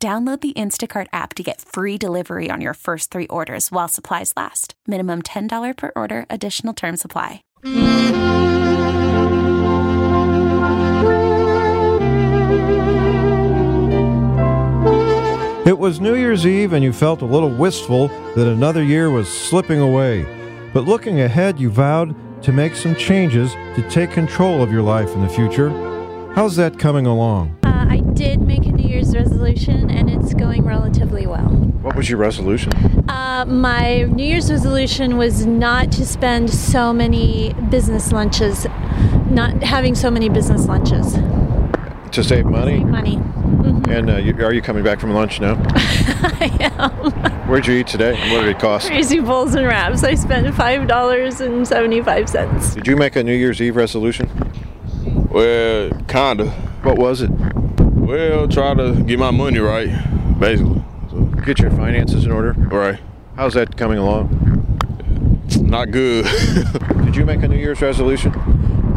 Download the Instacart app to get free delivery on your first three orders while supplies last. Minimum $10 per order, additional term supply. It was New Year's Eve, and you felt a little wistful that another year was slipping away. But looking ahead, you vowed to make some changes to take control of your life in the future. How's that coming along? Uh, I did make a New Year's resolution and it's going relatively well. What was your resolution? Uh, my New Year's resolution was not to spend so many business lunches, not having so many business lunches. To save money? Money. And uh, you, are you coming back from lunch now? I am. Where'd you eat today? And what did it cost? Crazy bowls and wraps. I spent $5.75. Did you make a New Year's Eve resolution? Well, kinda. What was it? Well, try to get my money right, basically. So, Get your finances in order. right. How's that coming along? Not good. Did you make a New Year's resolution?